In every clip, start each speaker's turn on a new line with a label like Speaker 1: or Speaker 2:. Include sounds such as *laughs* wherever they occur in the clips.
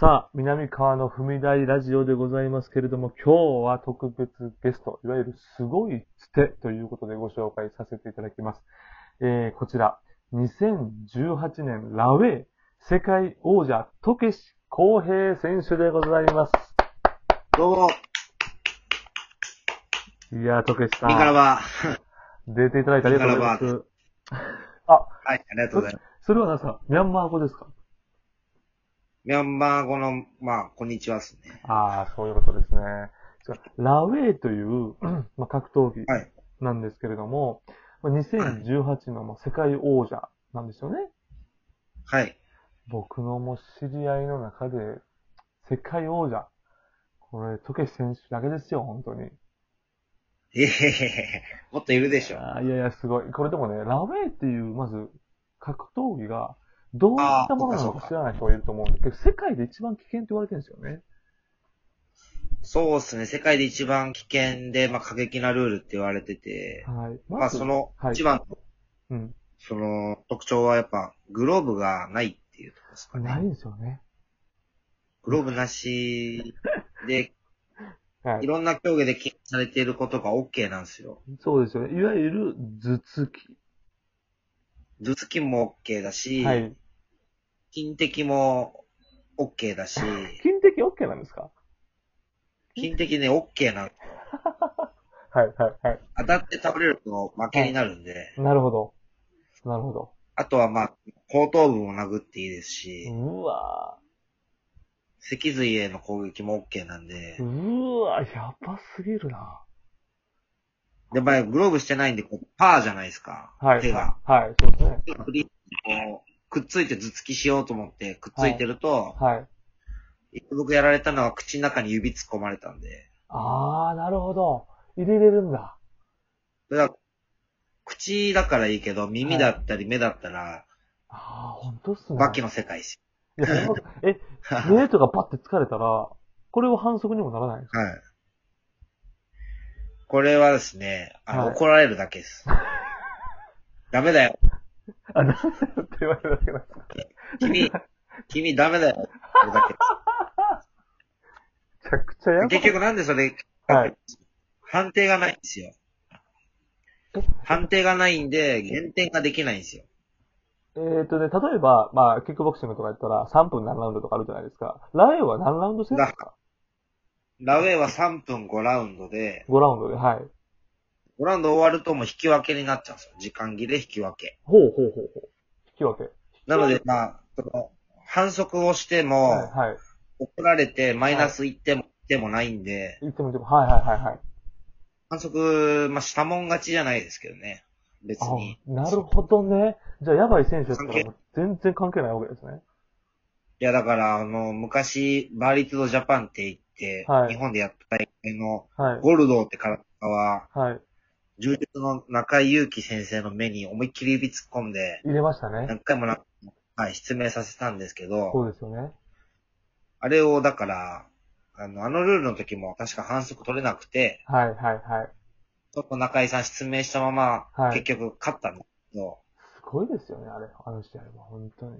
Speaker 1: さあ、南川の踏み台ラジオでございますけれども、今日は特別ゲスト、いわゆるすごいつてということでご紹介させていただきます。えー、こちら、2018年ラウェイ世界王者、とけし公平選手でございます。
Speaker 2: どうも、
Speaker 1: いやー、とけしさ
Speaker 2: ミカラ
Speaker 1: ん、
Speaker 2: バー。
Speaker 1: 出ていただいてありがとうございま
Speaker 2: ミ
Speaker 1: す。
Speaker 2: はい、ありがとうございます。
Speaker 1: それはなんですかミャンマー語ですか
Speaker 2: ミャンマー語の、まあ、こんにちはっすね。
Speaker 1: ああ、そういうことですね。そうラウェイという、 *clears throat* まあ、格闘技
Speaker 2: はい
Speaker 1: なんですけれども、まあ2018のまあ世界王者なんですよね。
Speaker 2: はい。
Speaker 1: 僕のもう知り合いの中で、世界王者。これ、トケシ選手だけですよ、本当に。
Speaker 2: えへへへへ。もっといるでしょ。
Speaker 1: あーいやいや、すごい。これでもね、ラウェイっていう、まず、格闘技が、どういったものなの
Speaker 2: あーそうかそう
Speaker 1: か
Speaker 2: か
Speaker 1: 知らない人がいると思うんですけど、世界で一番危険って言われてるんですよね。
Speaker 2: そうっすね。世界で一番危険で、まあ、過激なルールって言われてて、
Speaker 1: はい。
Speaker 2: ま
Speaker 1: ま
Speaker 2: あ、
Speaker 1: ず、
Speaker 2: その
Speaker 1: はい
Speaker 2: 一番の、
Speaker 1: うん。
Speaker 2: その、特徴はやっぱ、グローブがないっていうところですか
Speaker 1: ない
Speaker 2: ね。
Speaker 1: んですよね。
Speaker 2: グローブなしで、
Speaker 1: はい
Speaker 2: い。ろんな競技で禁止されていることが OK なんですよ。
Speaker 1: そうですよね。いわゆる頭突
Speaker 2: 頭突きも OK だ
Speaker 1: き。
Speaker 2: し、
Speaker 1: はい。
Speaker 2: 筋的も OK *laughs* だし、
Speaker 1: 筋的 OK なんですか
Speaker 2: 筋的ね、OK なん
Speaker 1: はい、はい、は
Speaker 2: 当たって倒れると負けになるんで、
Speaker 1: い。なるほど。なるほど。
Speaker 2: あとはまあ、後頭部も殴っていいですし、
Speaker 1: うわ
Speaker 2: 脊髄への攻撃も OK なんで
Speaker 1: ー、うわーやばすぎるな。
Speaker 2: で、まあ、グローブしてないんで、こう、パーじゃないですか、
Speaker 1: はい。
Speaker 2: 手が。
Speaker 1: はい、そうですね。
Speaker 2: 手がフリーにこうくっついて頭突きしようと思って、くっついてると、
Speaker 1: はい。
Speaker 2: 僕やられたのは口の中に指突っ込まれたんで、
Speaker 1: あー、なるほど。入れれるんだ。
Speaker 2: だから口だからいいけど、耳だったり目だったら、
Speaker 1: あー、ほんとっすね。
Speaker 2: バキの世
Speaker 1: *laughs*
Speaker 2: 界っす
Speaker 1: いやほんとえ、
Speaker 2: よ。はい。
Speaker 1: 胸とかパッて疲れたら、これは反則にもならないですか
Speaker 2: これはですね、あの、
Speaker 1: はい
Speaker 2: 怒られるだけ
Speaker 1: *laughs*
Speaker 2: です。ダメだよ。
Speaker 1: あ、なんだよって言われるだけなんですか
Speaker 2: 君、君ダメだ
Speaker 1: *laughs*
Speaker 2: よ。それだ
Speaker 1: めちゃくちゃやばい。
Speaker 2: け結局なんでそれ、
Speaker 1: はい
Speaker 2: 判定がないんですよ。判定がないんで、減点ができないんですよ。
Speaker 1: えー、とね、例えば、まあ、キックボクシングとかやったら3分何ラウンドとかあるじゃないですか。ラウェイは何ラウンド制ですか
Speaker 2: ラウェイは3分5ラウンドで、
Speaker 1: ?5 ラウンドで、はい。
Speaker 2: 5ラウンド終わるともう引き分けになっちゃうんですよ。時間切れ引き分け。
Speaker 1: ほうほうほうほう。引き分け。
Speaker 2: なので、まあ、その反則をして
Speaker 1: はい、
Speaker 2: も、
Speaker 1: はい。
Speaker 2: 怒られてマイナス1点も、でもないんで、
Speaker 1: 言っても言っても、はいはいはいはい。
Speaker 2: 反則、まあ、したもん勝ちじゃないですけどね。別に。
Speaker 1: あなるほどね。じゃあ、やばい選手だったらもう全然関係ないわけですね。
Speaker 2: いや、だから、あの、昔、バーリトゥードジャパンって言って、
Speaker 1: はい
Speaker 2: 日本でやった大会の、
Speaker 1: はい。
Speaker 2: ゴルドーって体は、
Speaker 1: はい。
Speaker 2: 柔術の中井祐樹先生の目に思いっきり指突っ込んで、
Speaker 1: 入れましたね。
Speaker 2: 何回も何回もはい、失明させたんですけ
Speaker 1: そ
Speaker 2: ど、
Speaker 1: うですよね。
Speaker 2: あれを、だから、あの、あのルールの時も確か反則取れなくて、
Speaker 1: はいはいはい。
Speaker 2: ちょっと中井さん失明したまま、
Speaker 1: はい
Speaker 2: 結局勝ったんですけど、
Speaker 1: すごいですよね、あれ。あの試合は、本当に。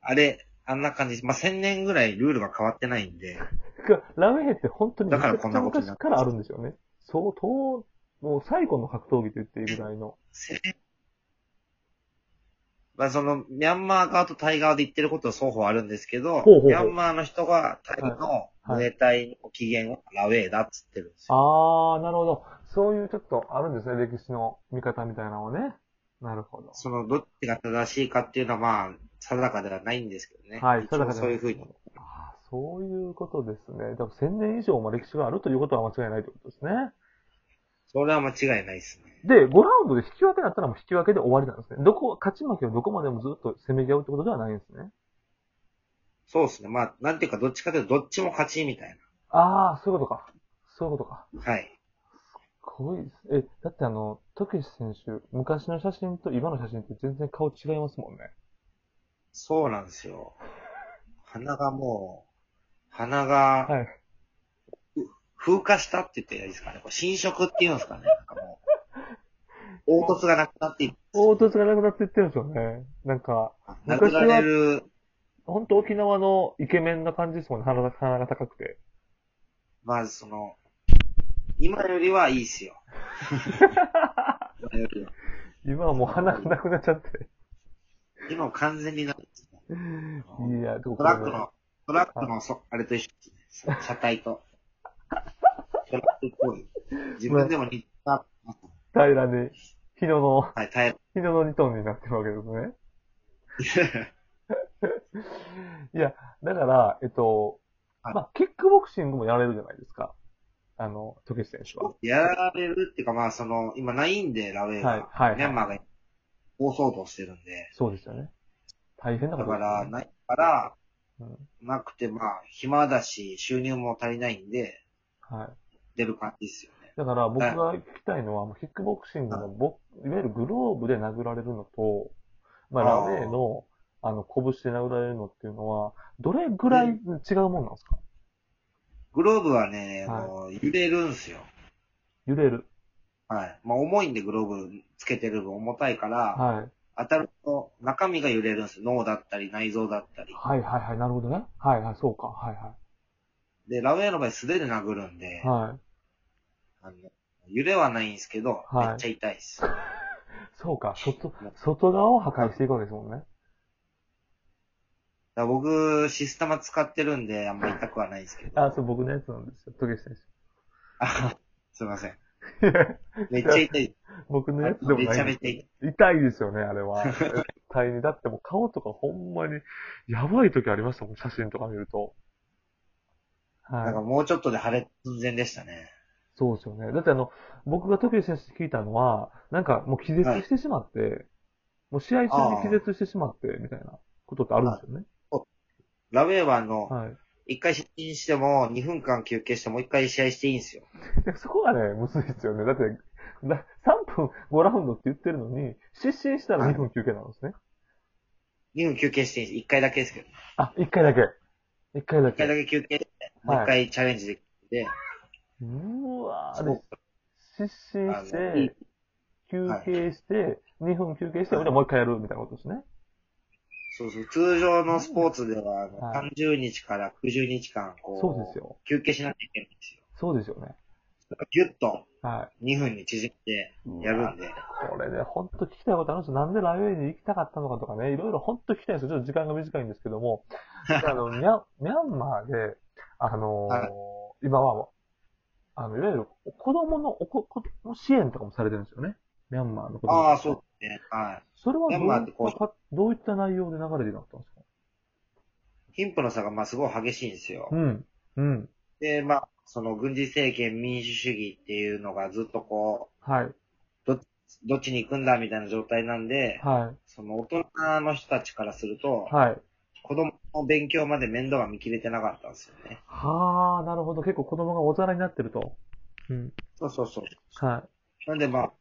Speaker 2: あれ、あんな感じ、まあ、1000年ぐらいルールが変わってないんで、
Speaker 1: ラウェイって本当に
Speaker 2: だからこんなことに
Speaker 1: 昔
Speaker 2: なっ
Speaker 1: からあるんですよね。相当、もう最古の格闘技と言っていいぐらいの。
Speaker 2: せまあ、その、ミャンマー側とタイ側で言ってることは双方あるんですけ
Speaker 1: ほ
Speaker 2: ど、
Speaker 1: うほうほう
Speaker 2: ミャンマーの人がタイの
Speaker 1: い
Speaker 2: ムエタイの起源はラウェイだっつってるんですよ。
Speaker 1: あー、なるほど。そういうちょっとあるんですね、歴史の見方みたいなのをね。なるほど。
Speaker 2: その、どっちが正しいかっていうのはまあ、定かではないんですけどね。
Speaker 1: はい
Speaker 2: 一
Speaker 1: 定か
Speaker 2: 応
Speaker 1: では
Speaker 2: そういうふうに。
Speaker 1: あーそういうことですね。多分1000年以上も歴史があるということは間違いないということですね。
Speaker 2: それは間違いないですね。
Speaker 1: で、5ラウンドで引き分けだったらもう引き分けで終わりなんですね。どこ、勝ち負けをどこまでもずっと攻め合うってことではないんですね。
Speaker 2: そうですね。まあ、なんていうか、どっちかというと、どっちも勝ちみたい
Speaker 1: あー、そういうことか。そういうことか。
Speaker 2: な。はい。
Speaker 1: すごいです。え、だってあの、トケシ選手、昔の写真と今の写真って全然顔違いますもんね。
Speaker 2: そうなんですよ。鼻がもう、鼻が、
Speaker 1: はい。
Speaker 2: 風化したって言っていいですかね。これ侵食っていうんですかね。なんかもう、凹凸がなくなっていく。
Speaker 1: 凹凸がなくなっていってるんですよね。なんか、
Speaker 2: なくなれる、
Speaker 1: ほんと沖縄のイケメンな感じですもんね。鼻が鼻が高くて。
Speaker 2: まあ、その、今よりはいい
Speaker 1: *laughs*
Speaker 2: っすよ。今よりは。
Speaker 1: 今はもう鼻がなくなっちゃって。
Speaker 2: 今は完全になるっすね
Speaker 1: いや、でも
Speaker 2: トラックの、トラックのそ、あれと一緒で
Speaker 1: *laughs*
Speaker 2: すね。車体と。トラックっぽい。自分でも似た、
Speaker 1: 平らに、日野の、
Speaker 2: はい、タイ
Speaker 1: 日野の2トンになってるわけですね。
Speaker 2: プ。
Speaker 1: いや、だから、えっと、
Speaker 2: はい
Speaker 1: まあ、キックボクシングもやられるじゃないですか。あの、トケシ選手は。
Speaker 2: *laughs* やられるっていうか、まあ、その、今ないんで、ラウェイが。
Speaker 1: はい、はい。
Speaker 2: ミャンマーが大騒動してるんで。
Speaker 1: そうですよね。大変な
Speaker 2: だ
Speaker 1: こと
Speaker 2: か
Speaker 1: です
Speaker 2: ら、
Speaker 1: よね、
Speaker 2: ないから、
Speaker 1: うん
Speaker 2: なくて、まあ、暇だし、収入も足りないんで、
Speaker 1: はい。
Speaker 2: 出る感じですよね。
Speaker 1: だから僕が聞きたいのは、もうキックボクシングのボ、いわゆるグローブで殴られるのと、まあ、ラ
Speaker 2: あー
Speaker 1: ウェイの、あの、拳で殴られるのっていうのは、どれぐらい違うもんなんですか
Speaker 2: グローブはね、
Speaker 1: はい
Speaker 2: もう、揺れるんすよ。
Speaker 1: 揺れる。
Speaker 2: はい。まあ、重いんで、グローブつけてる分重たいから、
Speaker 1: はい。
Speaker 2: 当たると中身が揺れるんですよ。脳だったり内臓だったり。
Speaker 1: はいはいはい、なるほどね。はいはい、そうか。はいは
Speaker 2: で、ラウェイの場合素手で殴るんで、
Speaker 1: い。はい。
Speaker 2: あの揺れはないんですけど、
Speaker 1: はい
Speaker 2: めっちゃ痛いです。
Speaker 1: そうか、外、外側を破壊していくわけですもんね。
Speaker 2: だから僕、シスタマ使ってるんで、あんま痛くはないんですけど。
Speaker 1: あ、そう、僕のやつなんですよ。トゲシ選
Speaker 2: あ *laughs* すいません。
Speaker 1: 手。 *laughs* いや、
Speaker 2: めっちゃ痛い。
Speaker 1: 僕のやつでもない
Speaker 2: めちゃめちゃ痛い。
Speaker 1: 痛いですよね、あれは。絶対に。だってもう顔とかほんまに、やばい時ありましたもん、写真とか見ると。
Speaker 2: なんか
Speaker 1: はい。
Speaker 2: もうちょっとで腫れ寸前でしたね。
Speaker 1: そうですよね。だってあの、僕が時選手に聞いたのは、なんかもう気絶してしまって、もう試合中に気絶してしまって、みたいなことってあるんですよね。
Speaker 2: ラウェイはあの、
Speaker 1: はい。
Speaker 2: 一回出勤しても、2分間休憩してもう一回試合していいんですよ。
Speaker 1: でそこがね、むずいですよね。だって、な3分5ラウンドって言ってるのに、失神したら2分休憩なんですね。
Speaker 2: 2分休憩していいんです。1回だけですけど。
Speaker 1: あ、1回だけ。1回だ
Speaker 2: 1回だ
Speaker 1: け。
Speaker 2: け休憩して、もう1回チャレンジできて、
Speaker 1: うーわー、
Speaker 2: そう
Speaker 1: で失神し
Speaker 2: あのいい
Speaker 1: て、休憩して、2分休憩して、
Speaker 2: はい
Speaker 1: 俺はもう一回やるみたいなことですね。
Speaker 2: そうそう。通常のスポーツでは、あの
Speaker 1: は
Speaker 2: 30日から90日間、こう、
Speaker 1: そうですよ。
Speaker 2: 休憩しなきゃいけないんですよ。
Speaker 1: そうですよね。
Speaker 2: ギュッと
Speaker 1: は
Speaker 2: 2分に縮めて
Speaker 1: い。
Speaker 2: やるんで。
Speaker 1: これね、ほんと聞きたいことあるんですよ。なんでライウェイに行きたかったのかとかね、いろいろほんと聞きたいんですよ。ちょっと時間が短いんですけど
Speaker 2: *laughs*
Speaker 1: も。あの、ミャンミャンマーで、あのー
Speaker 2: は
Speaker 1: 今は、あの、いわゆる子供の、お子子供支援とかもされてるんですよね。ミャンマーの子供。
Speaker 2: ああ、そうですね。はい。
Speaker 1: それはどう
Speaker 2: ミャンマ
Speaker 1: い
Speaker 2: ーっ
Speaker 1: って
Speaker 2: こう
Speaker 1: た、どういった内容で流れてなかったんですか
Speaker 2: 貧富の差が、まあ、すごい激しいんですよ
Speaker 1: う。ん。うん。
Speaker 2: で、まあ、その軍事政権、民主主義っていうのがずっとこ
Speaker 1: はい。
Speaker 2: う、どっちに行くんだみたいな状態なんで、
Speaker 1: は
Speaker 2: その大人の人たちからすると
Speaker 1: い。、はい。
Speaker 2: 子供の勉強まで面倒が見切れてなかったんですよね。
Speaker 1: はあ、なるほど。結構子供が大人になってると。うん。
Speaker 2: そうそうそう。
Speaker 1: は
Speaker 2: なんでまあ、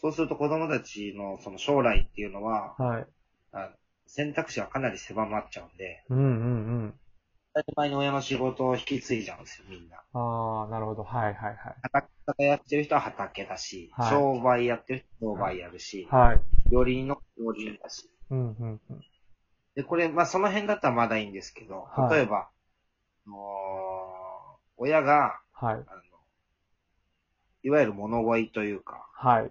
Speaker 2: そうすると子供たちのその将来っていうのは、
Speaker 1: い。はい。
Speaker 2: あの選択肢はかなり狭まっちゃうんで、
Speaker 1: うんうんうん。
Speaker 2: 当たり前に親の仕事を引き継いじゃうんですよ、みんな。
Speaker 1: ああ、なるほど。はいはい
Speaker 2: 畑やってる人は畑だし、
Speaker 1: はい
Speaker 2: 商売やってる人は商売やるし、
Speaker 1: はい。はい。
Speaker 2: 料理人の料理人だし。
Speaker 1: うんうんうん。
Speaker 2: で、これ、まあその辺だったらまだいいんですけど、
Speaker 1: はい
Speaker 2: 例えば、あのー親が、
Speaker 1: はい。
Speaker 2: あの、いわゆる物乞いというか、
Speaker 1: はい。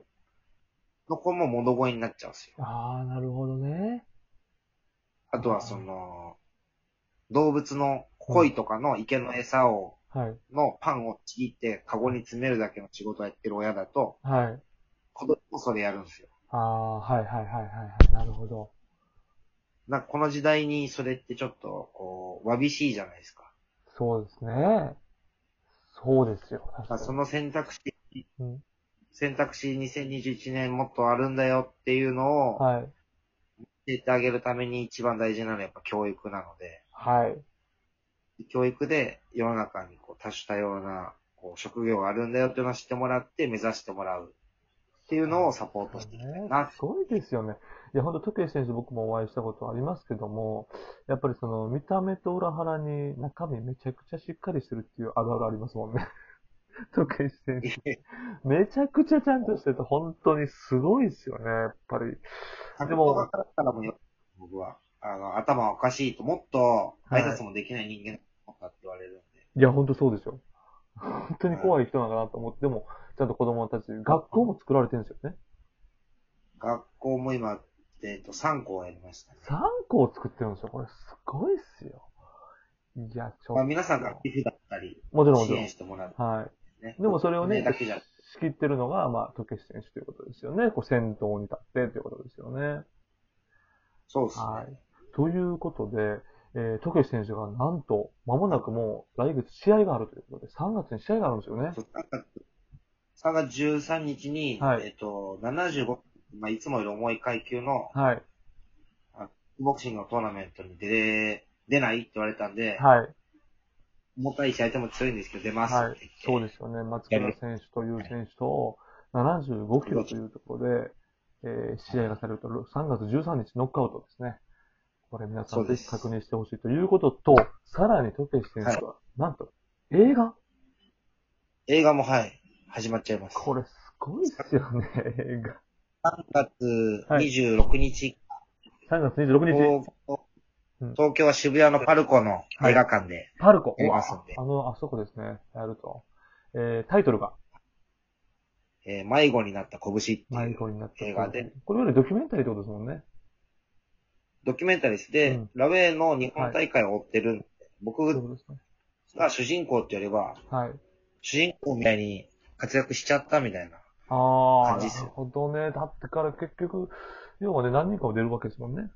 Speaker 2: の子も物乞いになっちゃうんですよ。
Speaker 1: ああ、なるほどね。
Speaker 2: あとはその、動物の鯉とかの池の餌を、
Speaker 1: はい。
Speaker 2: のパンをちぎってカゴに詰めるだけの仕事をやってる親だと、
Speaker 1: はい。
Speaker 2: 子供もそれやるんですよ。
Speaker 1: ああ、はいはいはいはいはい。なるほど。
Speaker 2: なんかこの時代にそれってちょっと、こう、わびしいじゃないですか。
Speaker 1: そうですね。そうですよ。確
Speaker 2: ま
Speaker 1: か
Speaker 2: あ、
Speaker 1: に
Speaker 2: その選択肢、
Speaker 1: うん
Speaker 2: 選択肢2021年もっとあるんだよっていうのを教
Speaker 1: はい。
Speaker 2: えてあげるために一番大事なのはやっぱ教育なので、
Speaker 1: はい。
Speaker 2: 教育で世の中にこう多種多様なこう職業があるんだよっていうのを知ってもらって目指してもらうっていうのをサポートしていきたいな。
Speaker 1: すごいですよね。いや、ほんと、トケ選手僕もお会いしたことありますけども、やっぱりその、見た目と裏腹に中身めちゃくちゃしっかりしてるっていうあるあるありますもんね。 *laughs* トケ選手。めちゃくちゃちゃんとしてて、本当にすごいですよね、やっぱり。
Speaker 2: でも、だからもよ、僕は。あの、頭おかしいと、もっと挨拶もできない人間とかって言われるんで。
Speaker 1: いや、ほんとそうですよ。本当に怖い人なんだなと思って、でも、ちゃんと子供たち、学校も作られてるんですよね。
Speaker 2: 学校も今、えっと、3校やりましたね。
Speaker 1: 3校作ってるんですよ。これ、すごいっすよ。いや、ちょっと。
Speaker 2: まあ、皆さんが寄付だったり、
Speaker 1: もちろんもち
Speaker 2: 支
Speaker 1: ろん
Speaker 2: 援。してもらう、
Speaker 1: はい。
Speaker 2: ね。
Speaker 1: でもそれをね
Speaker 2: だけじゃなくて
Speaker 1: 仕切ってるのが、まあ、時計選手ということですよね。こう、先頭に立ってということですよね。
Speaker 2: そうですね。
Speaker 1: はい。ということで、えー、トケシ選手がなんと、間もなくもう来月試合があるということで、3月に試合があるんですよね。
Speaker 2: そう3月、3月13日に、
Speaker 1: はい
Speaker 2: えっと、75、まあ、いつもより重い階級の
Speaker 1: はい。
Speaker 2: ボクシングのトーナメントに出れ、出ないって言われたんで、
Speaker 1: はい。
Speaker 2: 重たい相手も強いんですけど、出ます
Speaker 1: はい
Speaker 2: って言っ。て。
Speaker 1: そうですよね。松村選手という選手と、75キロというところで、えー試合がされると、3月13日ノックアウトですね。これ皆さ
Speaker 2: そ
Speaker 1: ん
Speaker 2: う
Speaker 1: ぜ
Speaker 2: で
Speaker 1: ひ
Speaker 2: す
Speaker 1: 確認してほしいということと、さらにトケシ選手は、なんと、映画
Speaker 2: 映画もはい、始まっちゃいます。
Speaker 1: これすごいですよね、映 *laughs* 画。
Speaker 2: 3月26日、
Speaker 1: 3月26日、
Speaker 2: 東京
Speaker 1: うん
Speaker 2: 東京は渋谷のパルコの映画館で、
Speaker 1: パルコ。
Speaker 2: やりますんで
Speaker 1: あの、あそこですね、やると。えー、タイトルが、
Speaker 2: えー迷子になった拳ってい
Speaker 1: 迷
Speaker 2: う
Speaker 1: 子になった。
Speaker 2: 映画で。
Speaker 1: これよりドキュメンタリーってことですもんね。
Speaker 2: ドキュメンタリーです。で、
Speaker 1: うん
Speaker 2: ラウェイの日本大会を追ってるんで、
Speaker 1: そういう
Speaker 2: 僕
Speaker 1: ことですね。
Speaker 2: が主人公ってよりは、
Speaker 1: はい。
Speaker 2: 主人公みたいに活躍しちゃったみたいな。
Speaker 1: ああ、
Speaker 2: 感じ
Speaker 1: な
Speaker 2: っ
Speaker 1: る
Speaker 2: すよ
Speaker 1: ほどね。だってから結局、要はね、何人かも出るわけですもんね。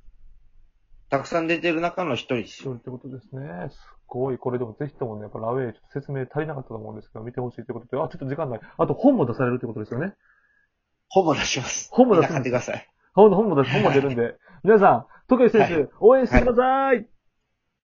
Speaker 2: たくさん出てる中の一人で
Speaker 1: 一
Speaker 2: す
Speaker 1: 人
Speaker 2: よ。
Speaker 1: ってことですね。すごい。これでもぜひともね、やっぱラウェイ、ちょっと説明足りなかったと思うんですけど、見てほしいということで、あ、ちょっと時間ない。あと本も出されるってことですよね。
Speaker 2: ほぼ出します。
Speaker 1: ほぼ出
Speaker 2: みん
Speaker 1: す
Speaker 2: な買ってください。
Speaker 1: *laughs* 本本も出、本も出るんで。皆さん、徳井選手、応援してください